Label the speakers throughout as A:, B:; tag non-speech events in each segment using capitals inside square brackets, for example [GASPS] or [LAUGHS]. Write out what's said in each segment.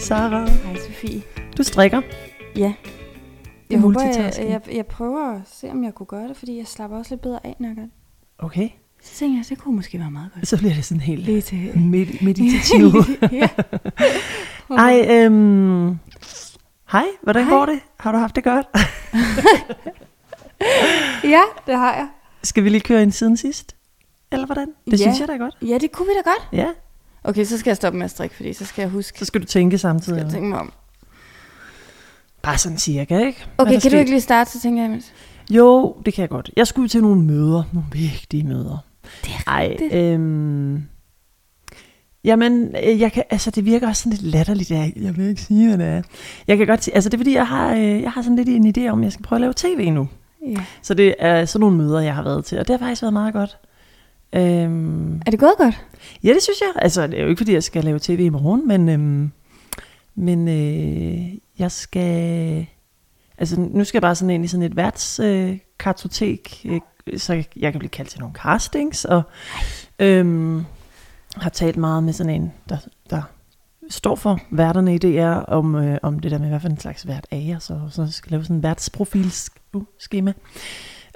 A: Sara.
B: Hej Sofie.
A: Du strikker.
B: Ja.
A: Det er
B: Jeg, håber, jeg,
A: multitasking.
B: jeg, jeg prøver at se, om jeg kunne gøre det, fordi jeg slapper også lidt bedre af, når jeg gør det.
A: Okay.
B: Så tænker jeg, det kunne måske være meget godt.
A: Så bliver det sådan helt
B: Lige til...
A: med- [LAUGHS] meditativ.
B: [LAUGHS] ja.
A: Ej, øhm, hej, hvordan
B: Hej.
A: går det? Har du haft det godt?
B: ja, det har jeg.
A: Skal vi lige køre en siden sidst? Eller hvordan? Det
B: Ja.
A: synes jeg da er godt.
B: Ja, det kunne vi da godt.
A: Ja,
B: Okay, så skal jeg stoppe med at strikke, fordi så skal jeg huske,
A: så skal du tænke
B: skal
A: samtidig.
B: jeg tænke mig om.
A: Bare sådan cirka, ikke? Hvad
B: Okay,
A: der
B: kan du
A: sker.
B: ikke lige starte, så tænker jeg imens.
A: Jo, det kan jeg godt. Jeg skulle til nogle møder, nogle vigtige møder. Det er rigtigt. Ej, øhm, jamen, øh, jeg kan, altså, det virker også sådan lidt latterligt. Jeg, jeg vil ikke sige, hvad det er. Jeg kan godt sige, altså det er fordi, jeg har, øh, jeg har sådan lidt en idé om, at jeg skal prøve at lave tv nu.
B: Ja.
A: Så det er sådan nogle møder, jeg har været til, og det har faktisk været meget godt. Øhm,
B: Er det gået [GASPS] godt?
A: Ja, det synes jeg. Altså, det er jo ikke, fordi jeg skal lave tv i morgen, men, øhm, men øh, jeg skal... Altså, nu skal jeg bare sådan ind i sådan et værtskartotek, øh, kartotek, øh, så jeg- jeg kan blive kaldt til nogle castings, og øhm, har talt meget med sådan en, der, der står for værterne i DR, om, øh, om det der med, hvad for en slags vært er jeg, så, så skal jeg lave sådan en uh, værtsprofilskema.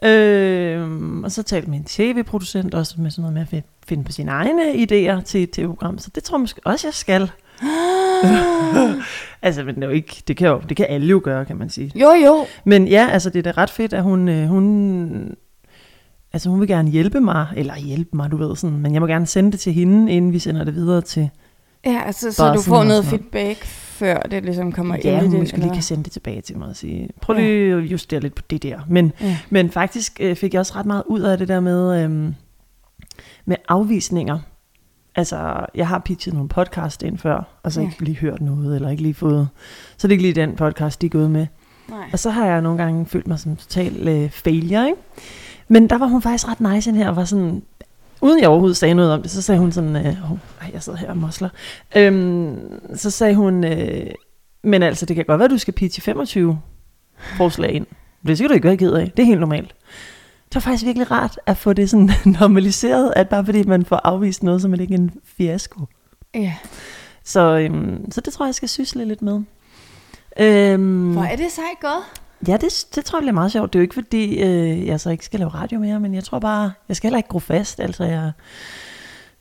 A: Øhm, og så talte med en tv-producent også med sådan noget med at fi- finde på sine egne idéer til et tv-program, så det tror jeg måske også, jeg skal. altså, men det, er jo ikke, det, kan jo, det kan alle jo gøre, kan man sige.
B: Jo, jo.
A: Men ja, altså det er da ret fedt, at hun, øh, hun, altså, hun vil gerne hjælpe mig, eller hjælpe mig, du ved sådan, men jeg må gerne sende det til hende, inden vi sender det videre til,
B: Ja, altså, så
A: Bare
B: du
A: sådan
B: får
A: noget
B: noget
A: sådan
B: feedback, før det ligesom kommer
A: ja,
B: ind i
A: hun
B: det.
A: måske lige kan sende det tilbage til mig og sige, prøv lige at justere lidt på det der. Men,
B: Ja.
A: men faktisk øh, fik jeg også ret meget ud af det der med, øhm, med afvisninger. Altså, jeg har pitchet nogle podcast ind før, og så
B: Ja.
A: ikke lige hørt noget, eller ikke lige fået... Så det er ikke lige den podcast, de er gået med.
B: Nej.
A: Og så har jeg nogle gange følt mig som total øh, failure, ikke? Men der var hun faktisk ret nice ind her, og var sådan... Uden jeg overhovedet sagde noget om det, så sagde hun sådan... Øh, oh, ej, jeg sidder her og mosler. Øhm, så sagde hun... Øh, men altså, det kan godt være, du skal pitche 25 forslag ind. Det skal du ikke være ked af. Det er helt normalt. Det var faktisk virkelig rart at få det sådan [LAUGHS] normaliseret, at bare fordi man får afvist noget, så man ikke er en fiasko.
B: Ja.
A: Så, øhm, så det tror jeg, jeg skal sysle lidt med. Øhm,
B: Hvor er det sejt gået?
A: Ja, det, det tror jeg bliver meget sjovt. Det er jo ikke fordi, øh, jeg så ikke skal lave radio mere, men jeg tror bare, jeg skal heller ikke gro fast. Altså, jeg,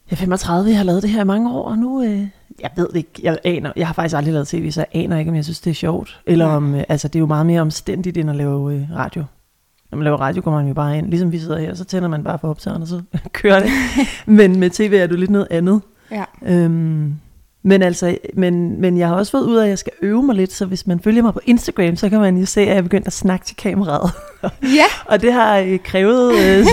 A: jeg er 35, jeg har lavet det her i mange år, og nu, øh, jeg ved det ikke, jeg aner, jeg har faktisk aldrig lavet tv, så jeg aner ikke, om jeg synes, det er sjovt. Eller
B: Nej.
A: om, øh, altså, det er jo meget mere omstændigt, end at lave øh, radio. Når man laver radio, går man jo bare ind, ligesom vi sidder her, så tænder man bare for optageren, og så [LAUGHS] kører
B: [LAUGHS]
A: det. men med tv er du lidt noget andet.
B: Ja.
A: Øhm, men altså, men, men jeg har også fået ud af, at jeg skal øve mig lidt, så hvis man følger mig på Instagram, så kan man jo se, at jeg er begyndt at snakke til kameraet. [LAUGHS]
B: Ja.
A: Og det har øh, krævet øh,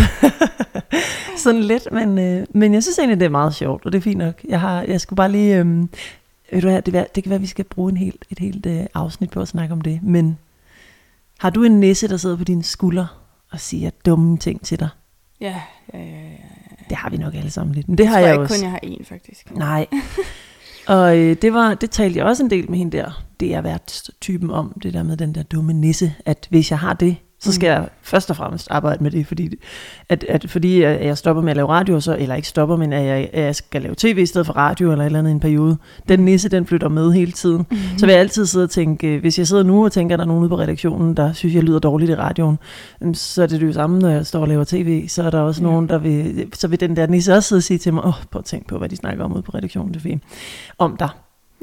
A: [LAUGHS] sådan lidt, men, øh, men jeg synes egentlig, det er meget sjovt, og det er fint nok. Jeg, har, jeg skulle bare lige, øh, ved du hvad, det, vær- det kan være, at vi skal bruge en helt, et helt øh, afsnit på at snakke om det, men har du en nisse, der sidder på dine skulder og siger dumme ting til dig?
B: Ja, ja, ja, ja.
A: Det har vi nok alle sammen lidt, men det har
B: tror
A: jeg,
B: jeg ikke
A: også.
B: kun, jeg har en, faktisk.
A: Nej. Og øh, det, var, det talte jeg også en del med hende der, det er været typen om, det der med den der dumme nisse, at hvis jeg har det, så skal jeg først og fremmest arbejde med det, fordi, at, at, fordi at jeg stopper med at lave radio, så, eller ikke stopper, men at jeg, at jeg skal lave tv i stedet for radio, eller et eller andet i en periode. Den nisse, den flytter med hele tiden. Mm-hmm. Så vil jeg altid sidde og tænke, øh, hvis jeg sidder nu og tænker, at der er nogen ude på redaktionen, der synes, jeg lyder dårligt i radioen, jamen, så er det det samme, når jeg står og laver tv, så er der også
B: Ja.
A: nogen, der vil, så vil den der nisse også sidde og sige til mig, åh, oh, prøv at tænke på, hvad de snakker om ude på redaktionen, det er fint, om dig.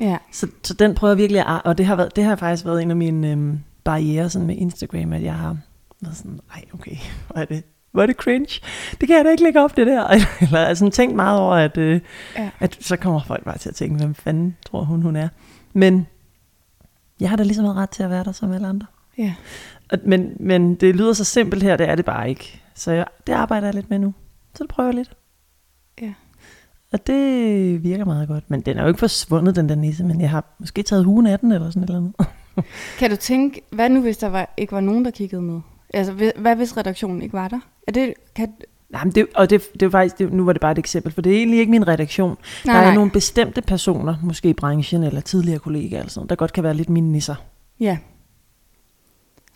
B: Ja.
A: Så, så den prøver jeg virkelig at, og det har, været, det har faktisk været en af mine øhm, barriere sådan med Instagram, at jeg har været sådan, ej okay, hvor er det, hvor er det cringe, det kan jeg da ikke lægge op det der, [LAUGHS] eller altså, tænkt meget over, at, øh,
B: Ja.
A: ja. at så kommer folk bare til at tænke, hvem fanden tror hun, hun er. Men jeg har da ligesom ret til at være der som alle andre.
B: Ja.
A: Og- Men, men det lyder så simpelt her, det er det bare ikke. Så jeg, det arbejder jeg lidt med nu. Så det prøver jeg lidt.
B: Ja.
A: Og det virker meget godt. Men den er jo ikke forsvundet, den der nisse, men jeg har måske taget hugen af den eller sådan et eller andet. [LAUGHS]
B: Kan du tænke, hvad nu hvis der var, ikke var nogen, der kiggede med? Altså, hvi- hvad hvis redaktionen ikke var der? Er det, kan,
A: Nej, men det, og det, det var faktisk, det, nu var det bare et eksempel, for det er egentlig ikke min redaktion.
B: Nej,
A: der er
B: nej.
A: nogle bestemte personer, måske i branchen eller tidligere kollegaer, eller sådan, noget, der godt kan være lidt mine nisser.
B: ja.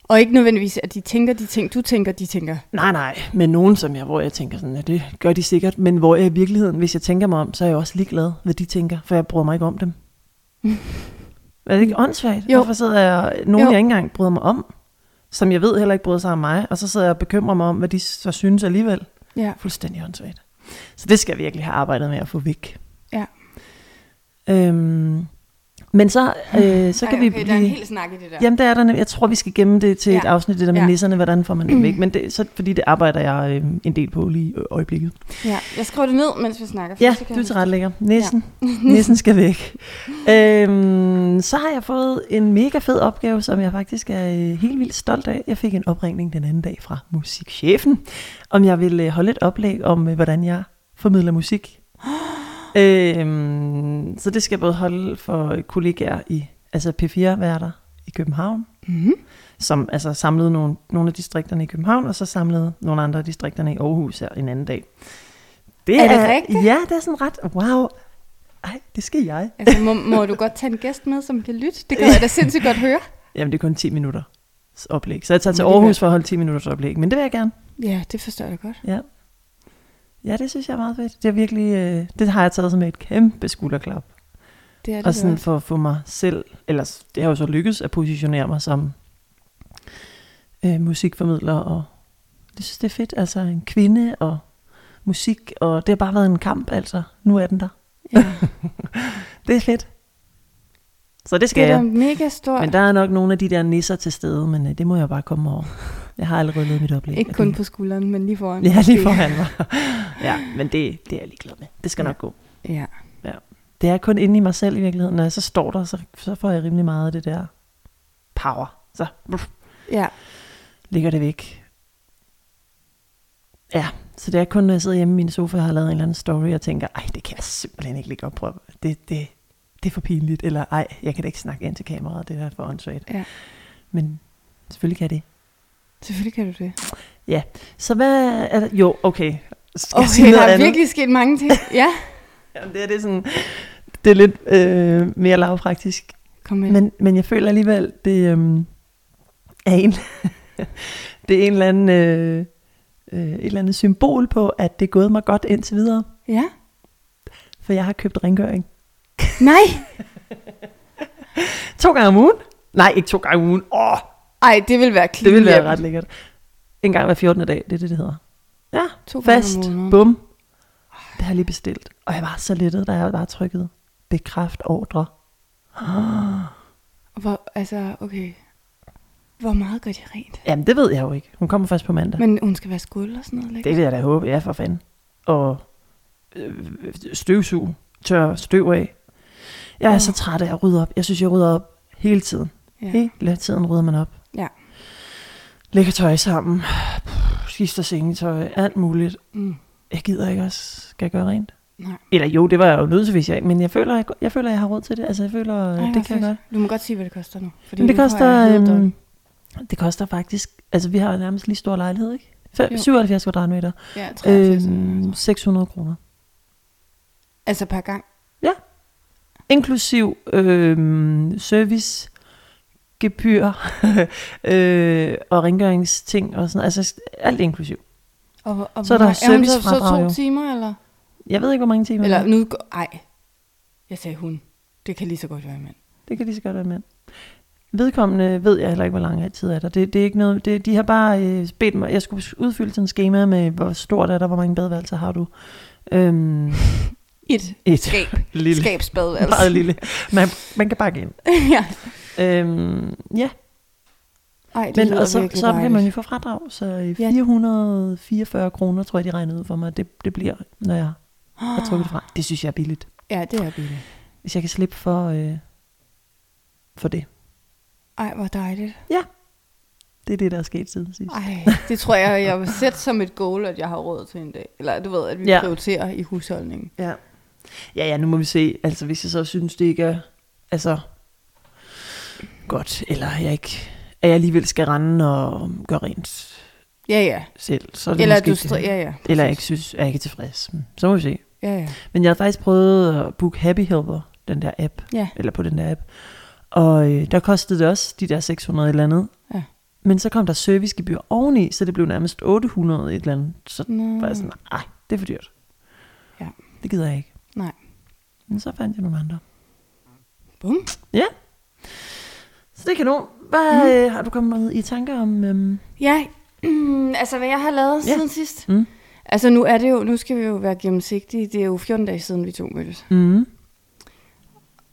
B: Og ikke nødvendigvis, at de tænker de ting, du tænker, de tænker.
A: Nej, nej, men nogen som jeg, hvor jeg tænker sådan, at det gør de sikkert, men hvor jeg i
B: [LAUGHS]
A: virkeligheden, hvis jeg tænker mig om, så er jeg også ligeglad, hvad de tænker, for jeg bruger mig ikke om dem. Er det ikke åndssvagt?
B: Jo.
A: Hvorfor sidder jeg, nogen
B: Jo.
A: jeg ikke engang bryder mig om, som jeg ved heller ikke bryder sig om mig, og så sidder jeg og bekymrer mig om, hvad de så synes alligevel.
B: Ja.
A: Fuldstændig åndssvagt. Så det skal jeg virkelig have arbejdet med at få væk.
B: Ja.
A: Øhm, men så, øh, så kan
B: Ej,
A: vi
B: okay, der er en hel snak i det der.
A: Jamen det er der nemlig. Jeg tror, vi skal gemme det til ja. et
B: Ja.
A: afsnit, det der med ja.
B: Ja.
A: nisserne, hvordan får man det væk. Men det, så, fordi det arbejder jeg øh, en del på lige i øjeblikket.
B: Ja, jeg skriver det ned, mens vi snakker. for
A: Ja,
B: så kan
A: du
B: jeg huske
A: tilrettelægger. Nissen. Ja. [LAUGHS] Nissen skal væk. Øhm, så har jeg fået en mega fed opgave, som jeg faktisk er øh, helt vildt stolt af. Jeg fik en opringning den anden dag fra musikchefen, om jeg ville øh, holde et oplæg om, øh, hvordan jeg formidler musik. øhm, så det skal jeg både holde for kollegaer i altså P4-værter i København,
B: Mhm.
A: som altså samlede nogle, nogle af distrikterne i København, og så samlede nogle andre af distrikterne i Aarhus her en anden dag. altså-
B: Er det rigtigt?
A: Ja, det er sådan ret, wow, ej, det skal jeg.
B: Altså, må, må du godt tage en gæst med, som kan lytte? Det kan jeg da sindssygt godt høre.
A: Jamen, det er kun 10 minutter oplæg. Så jeg tager til
B: Men det
A: Aarhus
B: vil-
A: for at holde 10 minutters oplæg, men det vil jeg gerne.
B: Ja, det forstår jeg da godt.
A: Ja. Ja, det synes jeg er meget fedt. Det, er virkelig, øh, det har jeg taget som et kæmpe skulderklap.
B: Det er det
A: og sådan
B: også.
A: for at få mig selv, ellers det har jo så lykkes at positionere mig som øh, musikformidler, og det synes det er fedt, altså en kvinde og musik, og det har bare været en kamp, altså nu er den der.
B: Ja.
A: Det er fedt. Så det
B: Det
A: skal
B: er da
A: jeg.
B: mega stort.
A: Men der er nok nogle af de der nisser til stede, men øh, det må jeg bare komme over. Jeg har allerede lavet mit oplæg.
B: Ikke
A: og
B: kun
A: det-
B: på skulderen, men lige foran.
A: Ja, lige
B: måske.
A: foran mig. Ja, men det, det er jeg ligeglad med. Det skal
B: Ja.
A: nok gå.
B: Ja.
A: Det er kun inde i mig selv i virkeligheden. Når jeg så står der, så, så får jeg rimelig meget af det der power. Så uff,
B: ja.
A: ligger det væk. Ja, så det er kun, når jeg sidder hjemme i min sofa og har lavet en eller anden story, og tænker, ej, det kan jeg simpelthen ikke ligge op på. Det, det, det er for pinligt. Eller ej, jeg kan da ikke snakke ind til kameraet, det der er for åndssvagt.
B: Ja.
A: Men selvfølgelig kan jeg det.
B: Selvfølgelig kan du det.
A: Så hvad er der? Jo, okay. Skal jeg sige
B: Okay, der
A: noget
B: er
A: andet?
B: virkelig sket mange ting. Ja.
A: Jamen, det, her, det er sådan, det er lidt øh, mere lavpraktisk.
B: Kom med.
A: Men, men jeg føler alligevel, det øh, er en, [LAUGHS] det er en eller anden, øh, øh, et eller andet symbol på, at det er gået mig godt indtil videre.
B: Ja.
A: For jeg har købt rengøring.
B: Nej.
A: To gange om ugen? Nej, ikke to gange om ugen. Åh,
B: Ej, det vil være
A: det
B: klip.
A: ville være ret lækkert. En gang hver 14. dag, det er det, det hedder. Ja,
B: To gange om
A: fast,
B: måneden.
A: bum. Det har jeg lige bestilt. Og jeg var så lettet, da jeg bare trykkede bekræft ordre.
B: Hvor, altså, okay. Hvor meget gør de rent?
A: Jamen, det ved jeg jo ikke. Hun kommer først på mandag.
B: Men hun skal være skuld og sådan noget, ikke?
A: Det vil jeg da håbe, ja for fanden. Og øh, støvsug, tør støv af. Jeg er
B: Åh.
A: så træt af at rydde op. Jeg synes, jeg rydder op hele tiden. Ja.
B: Ja.
A: Hele tiden rydder man op.
B: Ja.
A: Lægger tøj sammen, skifter sengetøj, alt muligt.
B: Mm.
A: Jeg gider ikke også, skal jeg gøre rent?
B: Nej.
A: Eller jo, det var jeg jo nødt til, hvis jeg ikke, men jeg føler, jeg, jeg føler, jeg har råd til det. Altså, jeg føler, Ej,
B: hvor
A: det kan jeg
B: fedt.
A: godt.
B: Du må godt sige, hvad det koster nu. Fordi
A: Men det
B: nu får jeg
A: koster,
B: helt dårlig-
A: øhm, det koster faktisk, altså vi har jo nærmest lige stor lejlighed, ikke? Fem-
B: Jo.
A: 77 kvadratmeter.
B: Ja, 83.
A: Øhm, 600 kroner.
B: altså per gang.
A: Inklusiv øhm, service, gebyr [LAUGHS] øh, og rengøringsting og sådan noget. Altså alt inklusiv.
B: Og, og
A: Så er
B: hvor-
A: der
B: hun så, så
A: servicefradrag,
B: to
A: jo.
B: timer, eller?
A: Jeg ved ikke, hvor mange timer.
B: Eller
A: Eller...
B: nu... går- Ej, jeg sagde hun. Det kan lige så godt være en mand.
A: Det kan lige så godt være mand. Vedkommende ved jeg heller ikke, hvor lang tid er der. Det, det er ikke noget, det, de har bare øh, bedt mig, jeg skulle udfylde sådan et schema med, hvor stort er der, hvor mange badeværelser har du. Øhm,
B: Et
A: et
B: skab.
A: lille,
B: Skabsbad, altså.
A: meget lille. Man, man kan bare gå ind.
B: [LAUGHS] ja.
A: Øhm, ja,
B: Ej, det
A: Men
B: lyder
A: og så,
B: virkelig
A: så kan man
B: dejligt.
A: jo få fradrag, så øh,
B: Ja.
A: 444 kroner, tror jeg, de regnede ud for mig, det, det bliver, når jeg har trukket det fra. Det synes jeg er billigt.
B: Ja, det er billigt.
A: Hvis jeg kan slippe for, øh, for det.
B: Ej, hvor dejligt.
A: Det er det, der er sket siden sidst.
B: Ej, det tror jeg, jeg vil sætte som et goal, at jeg har råd til en dag. Eller du ved, at vi
A: Ja.
B: ja. prioriterer i husholdningen.
A: Ja. ja, ja, nu må vi se. Altså, hvis jeg så synes, det ikke er altså, godt, eller jeg ikke, at jeg alligevel skal rende og gøre rent
B: Ja, ja.
A: selv, så er det
B: Eller
A: måske
B: du
A: ikke det.
B: stri- ja, ja.
A: eller jeg ikke synes, at jeg ikke er tilfreds. Så må vi se.
B: Ja, ja.
A: Men jeg har faktisk prøvet at booke Happy Helper, den der app,
B: Ja.
A: eller på den der app. Og øh, der kostede det også de der 600 et eller andet.
B: Ja.
A: Men så kom der servicegebyr oveni, så det blev nærmest 800 et eller andet. Så
B: Nå.
A: var jeg sådan, nej, det er for dyrt.
B: Mm. Ja.
A: Det gider jeg ikke.
B: Nej.
A: Men så fandt jeg nogle andre.
B: Bum.
A: Ja. Så det er kanon. Hvad mm. øh, har du kommet med i tanker om? Øhm,
B: Ja, altså hvad jeg har lavet
A: Ja.
B: siden sidst.
A: Mm.
B: Altså nu er det jo, nu skal vi jo være gennemsigtige. Det er jo 14 dage siden, vi to mødtes.
A: mm.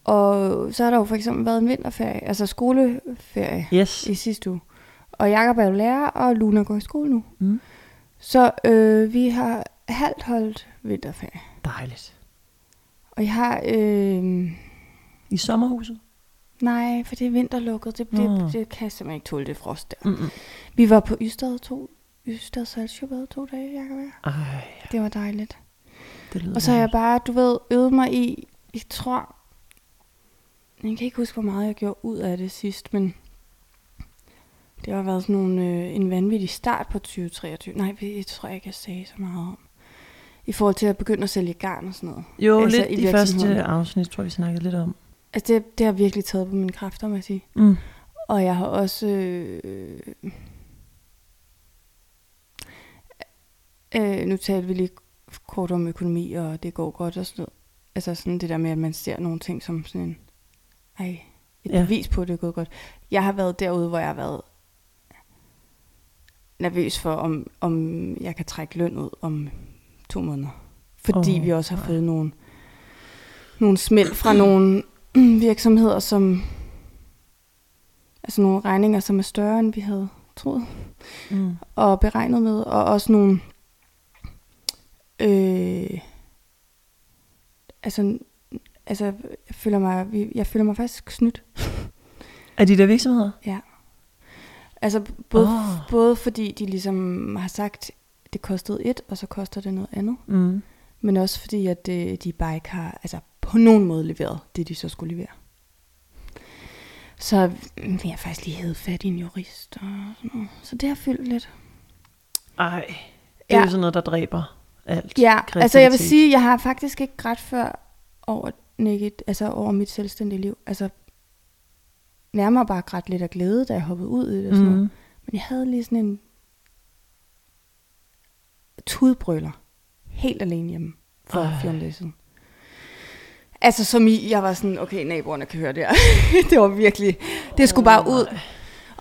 B: Og så har der jo for eksempel været en vinterferie, altså skoleferie
A: Yes.
B: i sidste uge. Og Jakob er jo lærer, og Luna går i skole nu.
A: Mm.
B: Så øh, vi har halvt holdt vinterferie.
A: Dejligt.
B: Og jeg har, øh,
A: I sommerhuset?
B: nej, for det er vinterlukket. Det, det,
A: Nå.
B: det kan jeg simpelthen ikke tåle det frost der.
A: Mm-mm.
B: Vi var på Ystad to, Ystad Saltsjøbad to dage, Jakob og jeg.
A: Ej,
B: Det var dejligt.
A: det lyder
B: Og så har jeg
A: dejligt.
B: bare, du ved, øvet mig i, jeg tror, jeg kan ikke huske, hvor meget jeg gjorde ud af det sidst, men det har været sådan nogle, øh, en vanvittig start på 2023. Nej, jeg tror ikke, jeg sagde så meget om. I forhold til at begynde at sælge garn og sådan noget.
A: Jo,
B: altså
A: altså lidt
B: i
A: i de første
B: virksomheden.
A: afsnit, tror jeg, vi snakkede lidt om.
B: Altså det, det har virkelig taget på mine kræfter, må jeg sige.
A: Mm.
B: Og jeg har også... Øh, øh, nu talte vi lige kort om økonomi, og det går godt og sådan noget. Altså sådan det der med, at man ser nogle ting som sådan en... Ej, et
A: Ja.
B: ja. bevis på, at det er gået godt. Jeg har været derude, hvor jeg har været nervøs for, om, om jeg kan trække løn ud om to måneder. Fordi
A: Åh,
B: oh, vi også har
A: nej.
B: fået nogle, nogle smæld fra nogle [CLEARS THROAT] virksomheder, som altså nogle regninger, som er større, end vi havde troet
A: Mm.
B: og beregnet med, og også nogle øh, altså, altså jeg føler mig, vi- jeg føler mig faktisk snydt.
A: Er de der virksomheder?
B: Ja. Altså både,
A: Åh.
B: oh. både fordi de ligesom har sagt, det kostede et, og så koster det noget andet.
A: Mm.
B: Men også fordi, at øh, de bare ikke har altså, på nogen måde leveret det, de så skulle levere. Så mm, vil jeg faktisk lige hedde fat i en jurist og sådan noget. Så det har fyldt lidt.
A: Ej, det er
B: Ja.
A: jo sådan noget, der dræber alt.
B: Ja, altså jeg vil
A: kreativitet.
B: sige, jeg har faktisk ikke grædt før over, Nikit, altså over mit selvstændige liv. Altså nærmere bare grædt lidt af glæde, da jeg hoppede ud i det. Og sådan mm. noget.
A: Mm.
B: Men jeg havde lige sådan en tudbrøler. Helt alene hjemme for
A: Ej.
B: 14 dage siden. Altså som i, jeg var sådan, okay, naboerne kan høre det her. [LAUGHS] det var virkelig, det skulle bare ud.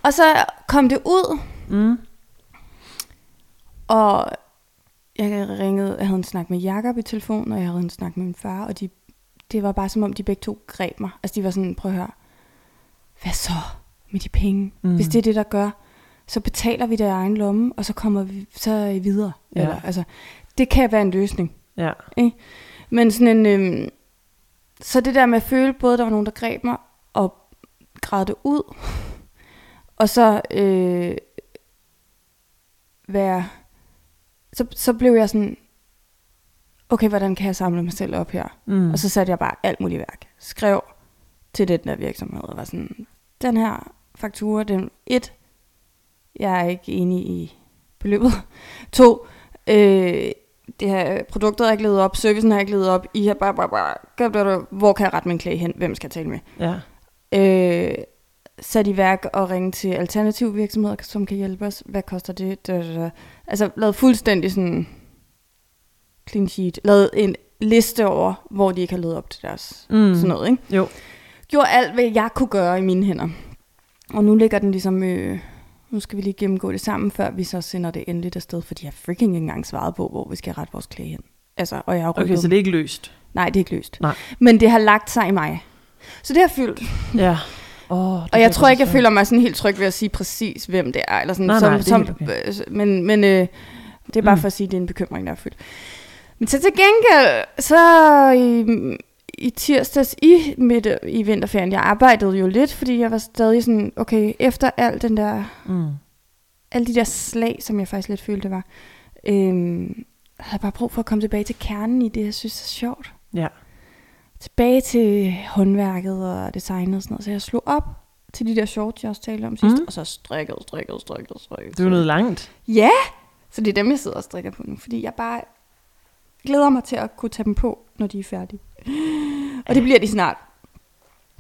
B: Og så kom det ud,
A: Mm.
B: og jeg ringede, jeg havde en snak med Jakob i telefonen, og jeg havde en snak med min far, og de, det var bare som om, de begge to greb mig. Altså de var sådan, prøv at høre, hvad så med de penge?
A: Mm.
B: Mm. Hvis det er det, der gør, så betaler vi det af egen lomme, og så kommer vi så er I videre.
A: Ja.
B: Ja. Eller, altså, det kan være en løsning.
A: Ja.
B: Men sådan en, øhm, så det der med at føle, både der var nogen, der greb mig, og græd det ud, og så øh, være, så, så blev jeg sådan, okay, hvordan kan jeg samle mig selv op her?
A: Mm.
B: Mm. Og så satte jeg bare alt muligt i værk. Skrev til den der virksomhed, og var sådan, den her faktura, den et, jeg er ikke enig i beløbet. [LAUGHS] To, øh, det her produktet har ikke levet op, servicen har ikke levet op, I har bare, bare, bare, gør, gør, gør, hvor kan jeg rette min klage hen, hvem skal jeg tale med?
A: ja.
B: Øh, sat i værk og ringe til alternative virksomheder, som kan hjælpe os. Hvad koster det? Da, da, da. Altså lavet fuldstændig sådan clean sheet. Lavet en liste over, hvor de ikke har levet op til deres
A: Mm.
B: mm. sådan noget. Ikke?
A: Jo.
B: Gjorde alt, hvad jeg kunne gøre i mine hænder. Og nu ligger den ligesom... Øh, nu skal vi lige gennemgå det sammen, før vi så sender det endeligt afsted, fordi jeg har freaking ikke engang svaret på, hvor vi skal rette vores klage hen. Altså, og jeg har rykket.
A: Okay, så det er ikke løst.
B: Nej, det er ikke løst.
A: Nej.
B: Men det har lagt sig i mig. Så det har fyldt.
A: Ja. Oh,
B: Og jeg tror ikke, jeg føler mig sådan helt tryg ved at sige præcis, hvem det er. Eller sådan,
A: Nej,
B: som,
A: nej, det er
B: som,
A: helt okay.
B: øh, s- Men, men øh, det er bare
A: Mm.
B: mm. for at sige, at det er en bekymring, der er fyldt. Men så til gengæld, så i, i tirsdags i, midt i vinterferien, jeg arbejdede jo lidt, fordi jeg var stadig sådan, okay, efter al den der
A: Mm.
B: alle de der slag, som jeg faktisk lidt følte, det var, øhm, havde jeg bare brug for at komme tilbage til kernen i det, jeg synes er sjovt.
A: Ja.
B: Tilbage til håndværket og designet og sådan noget. Så jeg slog op til de der shorts, jeg også talte om sidst,
A: Mm.
B: mm. og så strikkede, strikkede, strikkede, strikkede.
A: Det er jo noget langt.
B: Ja, så det er dem, jeg sidder og strikker på nu, fordi jeg bare glæder mig til at kunne tage dem på, når de er færdige. [GASPS] Og det bliver de snart.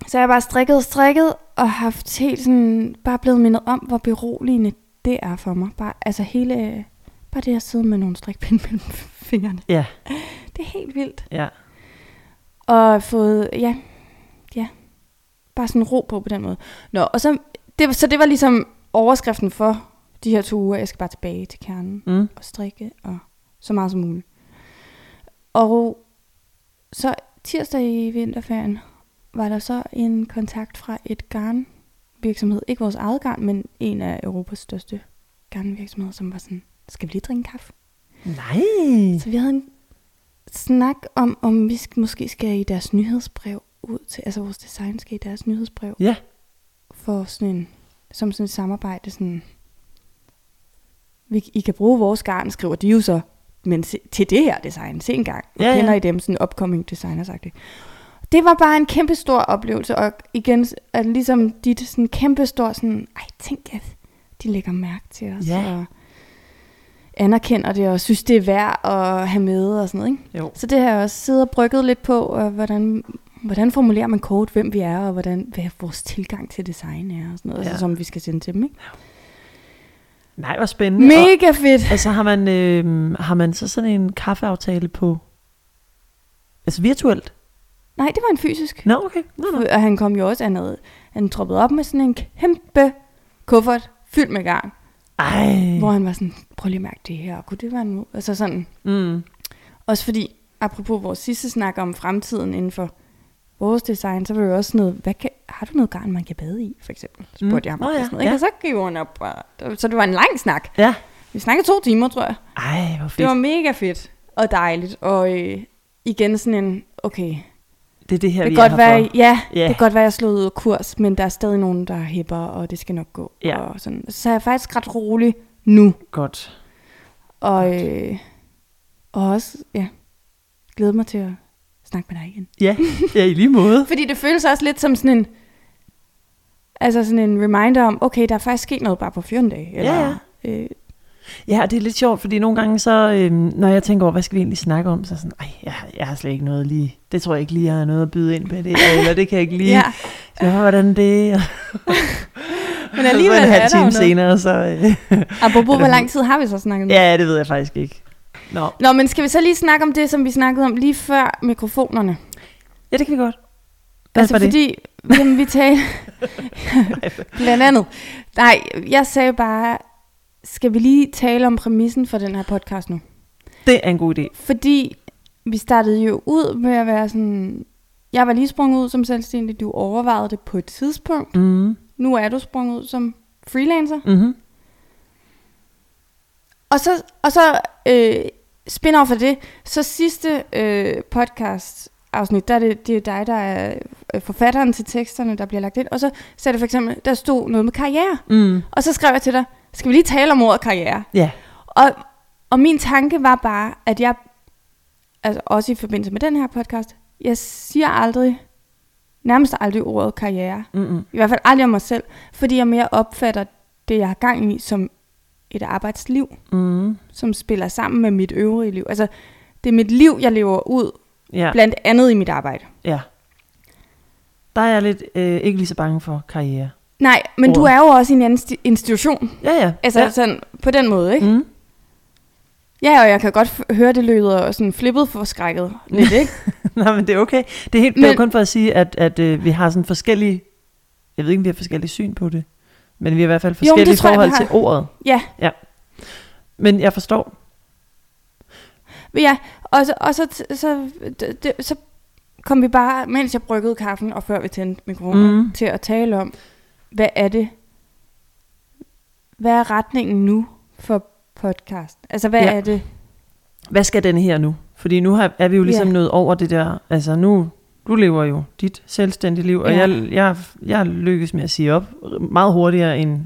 B: Så jeg har bare strikket og strikket, og haft helt sådan, bare blevet mindet om, hvor beroligende det er for mig. Bare, altså hele, øh, bare det at sidde med nogle strikpinde mellem [LAUGHS] fingrene.
A: Ja.
B: Det er helt vildt.
A: Ja.
B: Og fået, ja, ja, bare sådan ro på på den måde. Nå, og så det, så det var ligesom overskriften for de her to uger. Jeg skal bare tilbage til kernen
A: Mm.
B: og strikke og så meget som muligt. Og så tirsdag i vinterferien var der så en kontakt fra et garnvirksomhed. Ikke vores eget garn, men en af Europas største garnvirksomheder, som var sådan, skal vi lige drikke kaffe?
A: Nej.
B: Så vi havde en snak om, om vi sk- måske skal i deres nyhedsbrev ud til, altså vores design skal i deres nyhedsbrev
A: Ja.
B: for sådan en, som sådan et samarbejde, sådan, vi, I kan bruge vores garn, skriver de jo så, men se, til det her design, se engang, og
A: Ja,
B: ja,
A: ja.
B: kender I dem, sådan upcoming designer sagt det. Det var bare en kæmpe stor oplevelse, og igen, at ligesom dit sådan kæmpe stor, sådan, ej, tænk, at de lægger mærke til os,
A: Ja.
B: og anerkender det, og synes, det er værd at have med, og sådan noget, ikke?
A: Jo.
B: Så det har jeg også siddet og brygget lidt på, og hvordan, hvordan formulerer man kort, hvem vi er, og hvordan, hvad vores tilgang til design er, og sådan noget, ja.
A: Ja.
B: altså, som vi skal sende til dem. Ikke?
A: Nej, hvor spændende. Og,
B: Mega fedt!
A: altså har man, øh, har man så sådan en kaffeaftale på, altså virtuelt?
B: Nej, det var en fysisk.
A: Nå, okay. Nå, nå.
B: Og han kom jo også andet. Han troppede op med sådan en kæmpe kuffert fyldt med garn,
A: Ej.
B: hvor han var sådan, prøv lige at mærke det her, og kunne det være nu? Altså sådan,
A: Mm.
B: også fordi, apropos vores sidste snak om fremtiden inden for vores design, så var det jo også sådan noget, hvad kan, har du noget garn, man kan bade i, for eksempel?
A: Mm.
B: Spurgte jeg ham.
A: Nå
B: Oh, ja.
A: ja,
B: Sådan, noget, ikke?
A: ja.
B: Og så gik han op, og, så det var en lang snak.
A: Ja.
B: Vi snakkede to timer, tror jeg.
A: Ej, hvor fedt.
B: Det var mega fedt og dejligt. Og øh, igen sådan en, okay,
A: det er det her,
B: det
A: vi
B: kan
A: er
B: godt
A: her
B: være,
A: for.
B: ja,
A: Ja.
B: det kan godt være, jeg slog ud af kurs, men der er stadig nogen, der hipper, og det skal nok gå.
A: Ja.
B: Og sådan. Så er jeg faktisk ret rolig nu.
A: Godt.
B: Og, øh, og også, ja, glæder mig til at snakke med dig igen.
A: Ja, ja i lige måde.
B: Fordi det føles også lidt som sådan en, altså sådan en reminder om, okay, der er faktisk sket noget bare på 14 dage. Eller,
A: Ja,
B: Øh,
A: [LAUGHS] Ja, og det er lidt sjovt, fordi nogle gange så, øhm, når jeg tænker over, hvad skal vi egentlig snakke om, så er jeg sådan, ej, jeg, jeg har slet ikke noget lige, det tror jeg ikke lige, jeg har noget at byde ind på det, eller det kan jeg ikke lige,
B: [LAUGHS] ja.
A: ja. så, hvordan det, [LAUGHS] og [LAUGHS]
B: Men alligevel
A: så en
B: er
A: halv
B: der jo
A: time senere,
B: noget.
A: så,
B: [LAUGHS]
A: øh,
B: Apropos, hvor lang tid har vi så snakket nu?
A: ja, det ved jeg faktisk ikke. Nå,
B: Nå, men skal vi så lige snakke om det, som vi snakkede om lige før mikrofonerne?
A: ja, det kan vi godt. Hvad
B: altså
A: var det?
B: fordi, jamen, vi talte [LAUGHS] blandt andet. Nej, jeg sagde bare, skal vi lige tale om præmissen for den her podcast nu?
A: Det er en god idé.
B: Fordi vi startede jo ud med at være sådan, jeg var lige sprunget ud som selvstændig, du overvejede det på et tidspunkt.
A: Mm,
B: Nu er du sprunget ud som freelancer.
A: mm-hmm.
B: Og så, og så øh, spin over for det, så sidste øh, podcast afsnit, der er det, det er dig, der er øh, forfatteren til teksterne, der bliver lagt ind. Og så sagde du for eksempel, der stod noget med karriere.
A: Mm.
B: Og så skrev jeg til dig, skal vi lige tale om ordet karriere?
A: Ja,
B: Og, og min tanke var bare, at jeg, altså også i forbindelse med den her podcast, jeg siger aldrig, nærmest aldrig ordet karriere.
A: mm-hmm.
B: I hvert fald aldrig om mig selv, fordi jeg mere opfatter det, jeg har gang i, som et arbejdsliv
A: Mm.
B: som spiller sammen med mit øvrige liv. Altså, det er mit liv, jeg lever ud,
A: ja,
B: blandt andet i mit arbejde.
A: ja. Der er jeg lidt øh, ikke lige så bange for karriere.
B: Nej, men du
A: Ordet.
B: er jo også i en anden sti- institution.
A: Ja, ja.
B: Altså,
A: ja.
B: ja. sådan, på den måde, ikke? Mm.
A: Mm.
B: Ja, og jeg kan godt f- høre, det lyder sådan flippet for skrækket [LAUGHS] lidt,
A: [LAUGHS]
B: ikke?
A: Nej, men det er okay. Det er, helt, men... det er jo
B: Men-
A: kun for at sige, at, at øh, vi har sådan forskellige... Jeg ved ikke, om vi har forskellige syn på det. Men vi har i hvert fald
B: Jo, men det
A: forskellige
B: tror jeg, vi
A: forhold
B: har.
A: til ordet.
B: Ja.
A: ja. Men jeg forstår.
B: Men ja, og så, og så, t- så, d- d- så kom vi bare, mens jeg bryggede kaffen, og før vi tændte mikrofonen, mm.
A: Mm.
B: til at tale om, hvad er det? Hvad er retningen nu for podcast? Altså, hvad
A: Ja.
B: ja. er det?
A: Hvad skal den her nu? Fordi nu har, er vi jo ligesom yeah.
B: Ja.
A: nået over det der... Altså nu... Du lever jo dit selvstændige liv, og ja.
B: Ja.
A: jeg, jeg, jeg lykkes med at sige op meget hurtigere end...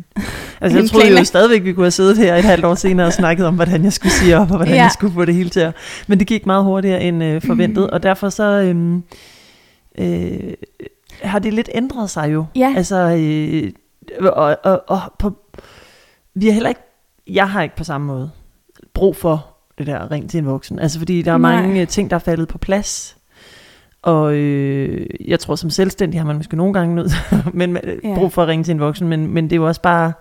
A: Altså
B: End
A: jeg troede jo
B: planlagt.
A: stadigvæk, vi kunne have siddet her et halvt år senere og
B: [LAUGHS]
A: snakket om, hvordan jeg skulle sige op, og hvordan
B: Ja.
A: ja. jeg skulle få det hele til at... Men det gik meget hurtigere end øh, forventet, og derfor så øhm, øh, har det lidt ændret sig jo.
B: Ja.
A: Altså, øh, og, og, og på, vi har heller ikke... Jeg har ikke på samme måde brug for det der ring til en voksen. Altså fordi der er
B: Nej.
A: Nej. mange øh, ting, der er faldet på plads. Og øh, jeg tror som selvstændig har man måske nogle gange nød, [LAUGHS] men,
B: Ja.
A: ja. brug for at ringe til en voksen, men, men det er jo også bare,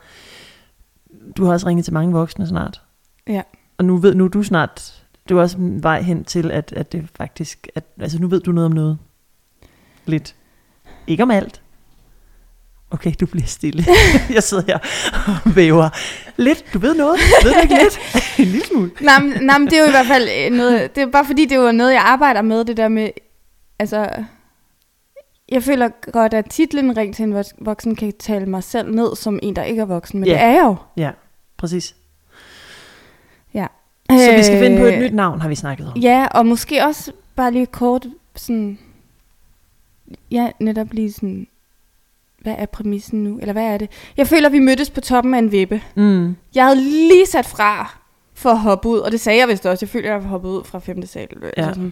A: du har også ringet til mange voksne snart.
B: Ja.
A: Og nu ved nu er du snart, det er jo også en vej hen til, at, at det faktisk, at, altså nu ved du noget om noget. Lidt. Ikke om alt, Okay, du bliver stille. jeg sidder her og væver. Lidt, du ved noget. Ved du ikke lidt? en lille smule.
B: nej, men, nej, men det er jo i hvert fald øh, noget, det er bare fordi, det er jo noget, jeg arbejder med, det der med, altså, jeg føler godt, at titlen Ring til en voks- voksen kan tale mig selv ned som en, der ikke er voksen, men
A: Ja.
B: yeah. det er jeg jo.
A: Ja, præcis.
B: Ja.
A: Så vi skal finde på et nyt navn, har vi snakket om.
B: Øh, Ja, og måske også bare lige kort sådan, ja, netop lige sådan, hvad er præmissen nu, eller hvad er det? Jeg føler, vi mødtes på toppen af en vippe.
A: Mm.
B: Jeg havde lige sat fra for at hoppe ud, og det sagde jeg vist også. Jeg følte, at jeg var hoppet ud fra 5. sal. Ja.
A: Ja.
B: Altså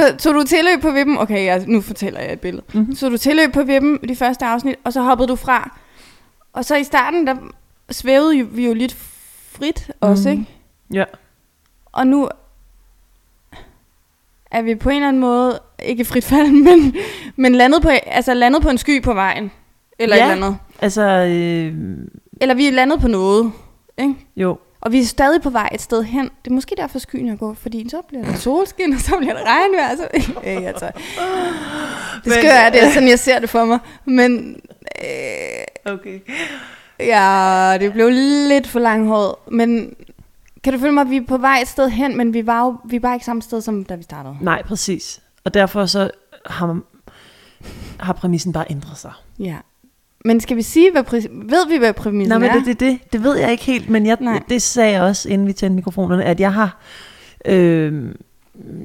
B: sådan. så tog du tilløb på vippen. Okay, jeg, nu fortæller jeg et billede.
A: Mm-hmm.
B: Så tog du tilløb på vippen i de første afsnit, og så hoppede du fra. Og så i starten, der svævede jo- vi jo lidt frit også,
A: Mhm.
B: ikke?
A: Ja.
B: Og nu er vi på en eller anden måde, ikke i frit fald, [LAUGHS] men, men landet, på, altså landet på en sky på vejen. Eller
A: Ja.
B: ja. et eller andet.
A: Altså, øh,
B: Eller vi er landet på noget.
A: jo.
B: Og vi er stadig på vej et sted hen. Det er måske derfor skyen er gået, fordi så bliver det solskin, og så bliver det regnvejr. og Så... [LAUGHS] Øh, altså. Det
A: Men-
B: skal være, det er sådan, jeg ser det for mig. Men øh,
A: Okay.
B: ja, det blev lidt for langhåret. Men kan du følge mig, vi er på vej et sted hen, men vi var jo vi var ikke samme sted, som da vi startede.
A: Nej, præcis. Og derfor så har, har præmissen bare ændret sig.
B: Ja. Men skal vi sige, hvad præ- ved vi, hvad præmissen
A: Nej, men
B: er?
A: det, det, det, det ved jeg ikke helt, men jeg,
B: Nej.
A: det sagde jeg også, inden vi tændte mikrofonerne, at jeg har... Øh,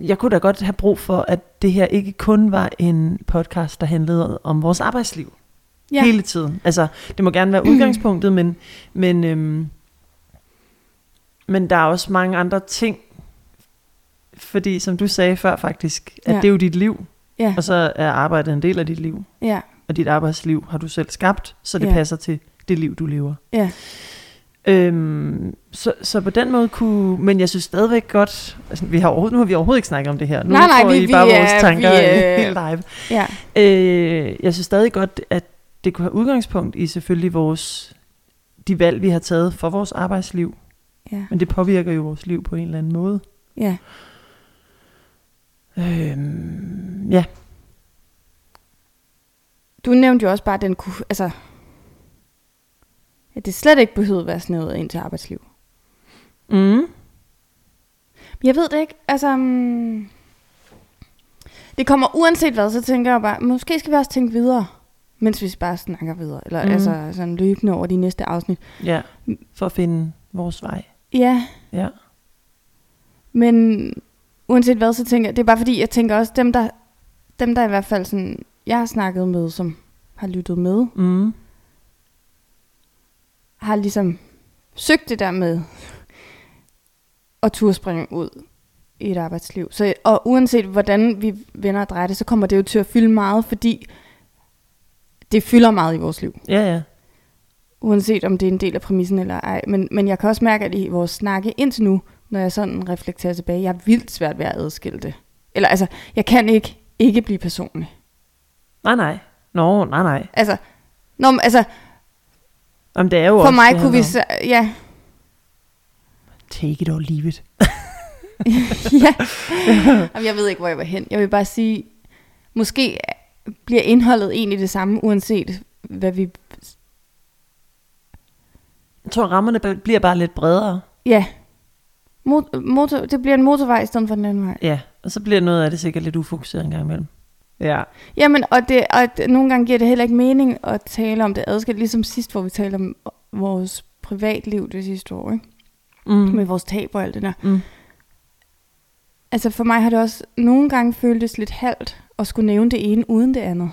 A: jeg kunne da godt have brug for, at det her ikke kun var en podcast, der handlede om vores arbejdsliv ja.
B: ja. Mm.
A: hele tiden. Altså, det må gerne være udgangspunktet, men, men, øhm, men der er også mange andre ting. Fordi, som du sagde før faktisk, at ja.
B: Ja.
A: det er jo dit liv,
B: ja.
A: og så er arbejdet en del af dit liv.
B: ja.
A: Og dit arbejdsliv har du selv skabt, så det ja.
B: Ja.
A: passer til det liv, du lever.
B: Ja.
A: Øhm, så, så på den måde kunne... Men jeg synes stadigvæk godt... Altså, vi har overhovedet, nu har vi overhovedet ikke snakket om det her. Nu
B: Nej, nej,
A: får
B: vi-
A: I
B: vi
A: bare
B: er-
A: vores tanker
B: vi
A: øh,
B: er-
A: [LAUGHS] helt live.
B: ja.
A: Øh, jeg synes stadig godt, at det kunne have udgangspunkt i selvfølgelig vores de valg, vi har taget for vores arbejdsliv.
B: ja.
A: Men det påvirker jo vores liv på en eller anden måde.
B: ja.
A: Øhm, ja,
B: Du nævnte jo også bare, at den kunne, altså, at det slet ikke behøvede at være snævet ind til arbejdsliv.
A: mm.
B: Men jeg ved det ikke, altså... mm, Det kommer uanset hvad, så tænker jeg bare, måske skal vi også tænke videre, mens vi bare snakker videre. Eller
A: Mhm.
B: mm. altså sådan løbende over de næste afsnit.
A: ja.
B: Mm.
A: for at finde vores vej.
B: Ja,
A: Ja.
B: Men uanset hvad, så tænker jeg, det er bare fordi, jeg tænker også, dem der, dem der i hvert fald sådan, jeg har snakket med, som har lyttet med,
A: Mm.
B: har ligesom søgt det der med at turspringe ud i et arbejdsliv. Så, og uanset hvordan vi vender og drejer det, så kommer det jo til at fylde meget, fordi det fylder meget i vores liv.
A: Ja, ja.
B: Uanset om det er en del af præmissen eller ej. Men, men jeg kan også mærke, at i vores snakke indtil nu, når jeg sådan reflekterer tilbage, jeg er vildt svært ved at adskille det. Eller altså, jeg kan ikke, ikke blive personlig.
A: Nej, nej. Nå, nej, nej.
B: Altså, når, altså
A: Jamen, det er jo
B: for
A: også,
B: mig
A: det
B: kunne vi...
A: handler om-
B: Så, ja,
A: Take it or leave it.
B: [LAUGHS]
A: [LAUGHS]
B: ja. Jamen, jeg ved ikke, hvor jeg var hen. Jeg vil bare sige, måske bliver indholdet egentlig det samme, uanset hvad vi...
A: Jeg tror, rammerne b- bliver bare lidt bredere.
B: Ja. Mot- motor, det bliver en motorvej i stedet for den anden vej.
A: Ja, og så bliver noget af det sikkert lidt ufokuseret en gang imellem. Ja.
B: Jamen, og, det, og at nogle gange giver det heller ikke mening at tale om det adskilt, ligesom sidst, hvor vi talte om vores privatliv det sidste år, ikke?
A: Mm.
B: med vores tab og alt det der.
A: Mm.
B: Altså for mig har det også nogle gange føltes lidt halvt at skulle nævne det ene uden det andet.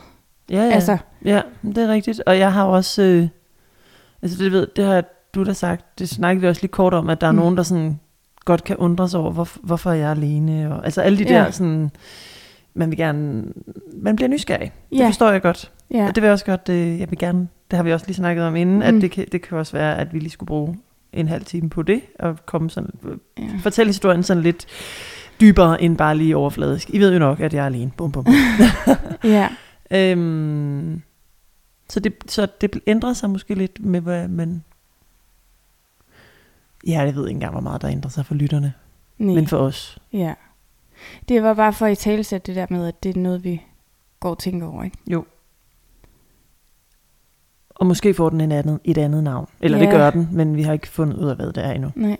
A: Ja,
B: Ja.
A: ja.
B: Altså,
A: Ja, det er rigtigt. Og jeg har jo også... Øh, altså, det, ved, det har du da sagt, det snakkede vi også lige kort om, at der er mm.
B: Mm.
A: nogen, der sådan godt kan undre sig over, hvor, hvorfor er jeg alene. Og, altså alle de
B: Ja.
A: der sådan... Man vil gerne... Man bliver nysgerrig. Det
B: ja,
A: forstår jeg godt. Ja.
B: ja,
A: Og det vil jeg også godt... Øh, jeg vil gerne... Det har vi også lige snakket om inden, mm. at
B: Mm.
A: det kan, det kan også være, at vi lige skulle bruge en halv time på det, og komme sådan,
B: ja.
A: fortælle historien sådan lidt dybere end bare lige overfladisk. I ved jo nok, at jeg er alene. Bum,
B: [LAUGHS]
A: bum, bum.
B: ja.
A: Øhm, så, det, så det ændrer sig måske lidt med, hvad man... Ja, jeg ved ikke engang, hvor meget der ændrer sig for lytterne,
B: Nej.
A: men for os.
B: Ja. Det var bare for at i talesætte det der med, at det er noget, vi går og tænker over, ikke?
A: Jo. Og måske får den en andet, et andet navn. Eller yeah.
B: Ja.
A: det gør den, men vi har ikke fundet ud af, hvad det er endnu.
B: Nej.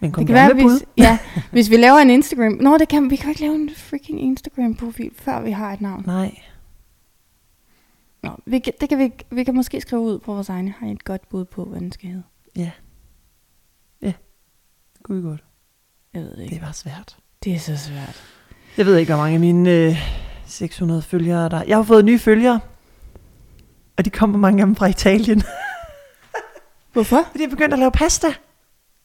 A: Men kom
B: Det kan
A: gerne
B: være,
A: med bud.
B: hvis,
A: [LAUGHS]
B: ja, hvis vi laver en Instagram... Nå, det kan, vi kan jo ikke lave en freaking Instagram-profil, før vi har et navn.
A: Nej.
B: Nå, vi, kan- det kan vi, ikke- vi kan måske skrive ud på vores egne. Har I et godt bud på, hvad den skal hedde?
A: Gud godt.
B: Jeg ved det ikke.
A: Det var svært.
B: Det er så svært.
A: Jeg ved ikke, hvor mange af mine øh, 600 følgere der... Jeg har fået nye følgere. Og de kommer mange af dem fra [LAUGHS] Italien.
B: Hvorfor?
A: Fordi jeg begyndte at lave pasta.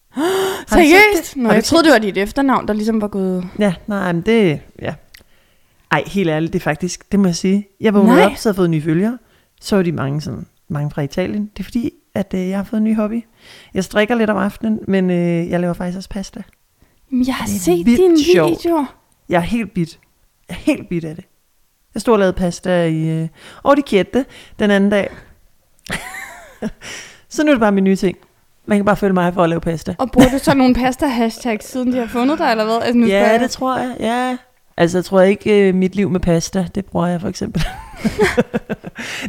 A: Har du set
B: Seriøst?
A: det?
B: Nå,
A: Har
B: jeg
A: du
B: troede, det var dit efternavn, der ligesom var gået...
A: Ja, nej, men det... Ja. Ej, helt ærligt, det er faktisk... Det må jeg sige. Jeg vågnede
B: Nej.
A: op, så havde jeg fået nye følgere. Så var de mange, sådan, mange fra Italien. Det er fordi, at øh, jeg har fået en ny hobby. Jeg strikker lidt om aftenen, men øh, jeg laver faktisk også pasta.
B: Jamen, jeg har
A: Det er
B: set
A: vildt
B: dine
A: sjovt.
B: videoer.
A: Jeg er helt bit. Jeg er helt bit af det. Jeg stod og lavede pasta i øh, Ordichette den anden dag. [LAUGHS] så nu er det bare min nye ting. Man kan bare følge mig for at lave pasta.
B: Og bruger du så nogle pasta-hashtags, siden de har fundet dig, eller hvad? Altså, nu spørger
A: Ja,
B: jeg.
A: det tror jeg. Ja. Altså, jeg tror ikke, øh, mit liv med pasta, det bruger jeg for
B: [LAUGHS]
A: eksempel.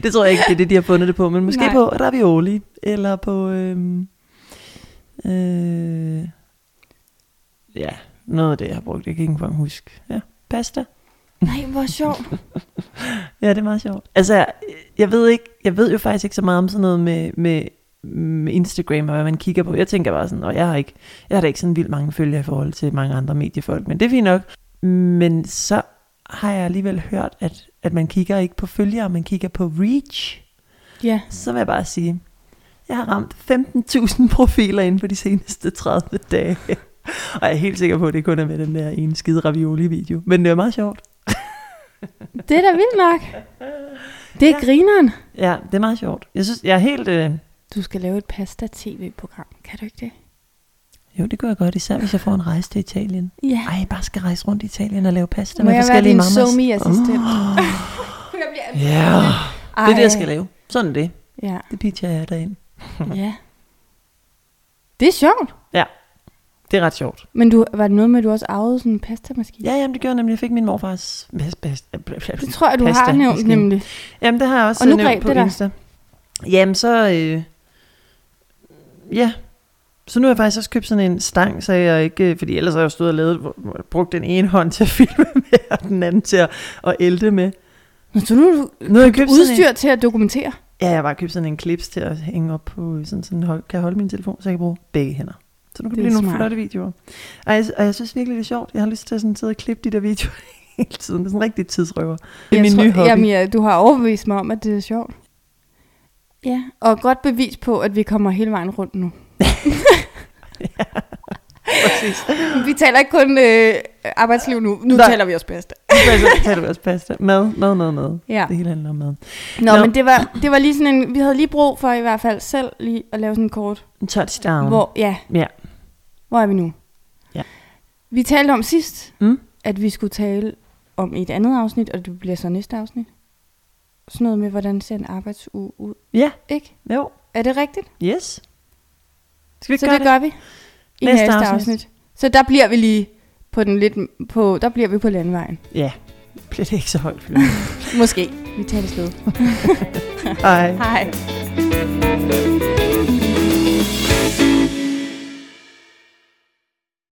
A: det tror jeg ikke, det er det, de har fundet det på. Men måske
B: Nej.
A: Nej. på ravioli, eller på... Øhm, øh, ja, noget af det, jeg har brugt. Jeg kan ikke engang huske. Ja, pasta.
B: Nej, hvor sjovt.
A: Ja, det er meget sjovt. Altså, jeg, jeg ved ikke, jeg ved jo faktisk ikke så meget om sådan noget med, med, med Instagram og hvad man kigger på. Jeg tænker bare sådan, og jeg har ikke, jeg har da ikke sådan vildt mange følgere i forhold til mange andre mediefolk, men det er fint nok. Men så har jeg alligevel hørt, at, at man kigger ikke på følgere, man kigger på reach.
B: Ja.
A: Så vil jeg bare sige, jeg har ramt 15.000 profiler inden for de seneste 30 dage. Og jeg er helt sikker på, at det kun er med den der ene skide ravioli-video. Men det er meget sjovt.
B: Det er da vildt nok. Det er ja. grineren.
A: Ja, det er meget sjovt. Jeg synes, jeg er helt... Øh,
B: Du skal lave et pasta-tv-program. Kan du ikke det?
A: Jo, det gør jeg godt, især hvis jeg får en rejse til Italien.
B: Ja.
A: Ej, jeg bare skal rejse rundt i Italien og lave pasta
B: Må
A: med
B: jeg være
A: forskellige
B: din
A: mammas.
B: somi-assistent?
A: Ja, yeah. det er det, jeg skal lave. Sådan er det.
B: Ja. [LAUGHS]
A: Det pitcher jeg derind.
B: ja. Det er sjovt.
A: Det er ret sjovt.
B: Men du, var det noget med, at du også arvede sådan en pastamaskine?
A: Ja, jamen, det gjorde jeg nemlig. Jeg fik min morfars... pas- pas- bla- bla-
B: Det
A: bla-
B: tror jeg, du har
A: Pastamaskine.
B: nævnt nemlig.
A: Jamen, det har jeg også øh,
B: Og nu
A: nævnt
B: greb
A: på
B: det dig.
A: Insta. Jamen, så... Øh... Ja. Så nu har jeg faktisk også købt sådan en stang, så jeg ikke... øh, Fordi ellers har jeg jo stået og lavet, hvor- hvor jeg brugte den ene hånd til at filme med, og den anden til at, at ælte med.
B: Nå, så nu er du
A: Nu har jeg købt sådan en-
B: udstyr til at dokumentere.
A: Ja, jeg har bare købt sådan en klips til at hænge op på, sådan, sådan hold, kan jeg holde min telefon, så jeg kan bruge begge hænder. Så nu kan
B: Det
A: det
B: er
A: blive nogle
B: smart.
A: flotte videoer. Og jeg, og jeg synes virkelig, det er sjovt. Jeg har lyst til at sådan sidde og klippe de der videoer [LAUGHS] hele tiden. Det er sådan en rigtig tidsrøver. Det er
B: Jeg
A: min
B: tror-
A: nye hobby.
B: Jamen, ja, du har overbevist mig om, at det er sjovt. Ja, og godt bevis på, at vi kommer hele vejen rundt nu.
A: Præcis.
B: Vi taler ikke kun øh, arbejdsliv nu. Nu
A: Nej.
B: taler vi også bedst.
A: Så tager du også pasta. Mad, mad, mad, mad.
B: Ja.
A: Det hele handler om mad.
B: Nå,
A: Nå.
B: men det var, det var lige sådan en... Vi havde lige brug for i hvert fald selv lige at lave sådan en kort.
A: En touchdown.
B: Hvor, ja.
A: Ja.
B: Hvor er vi nu?
A: Ja.
B: Vi talte om sidst,
A: Mm?
B: at vi skulle tale om et andet afsnit, og det bliver så næste afsnit. Sådan noget med, hvordan ser en arbejdsuge ud,
A: Ja,
B: ikke?
A: jo.
B: Er det rigtigt?
A: Yes. Skal vi
B: så
A: gøre
B: det
A: det?
B: gør vi i næste,
A: Næste
B: næste afsnit.
A: afsnit.
B: afsnit. Så der bliver vi lige på den lidt på, der bliver vi på landvejen.
A: Ja. Bliver det ikke så højt? Pia?
B: Måske. Vi tager det sted.
A: Hej.
B: Hej.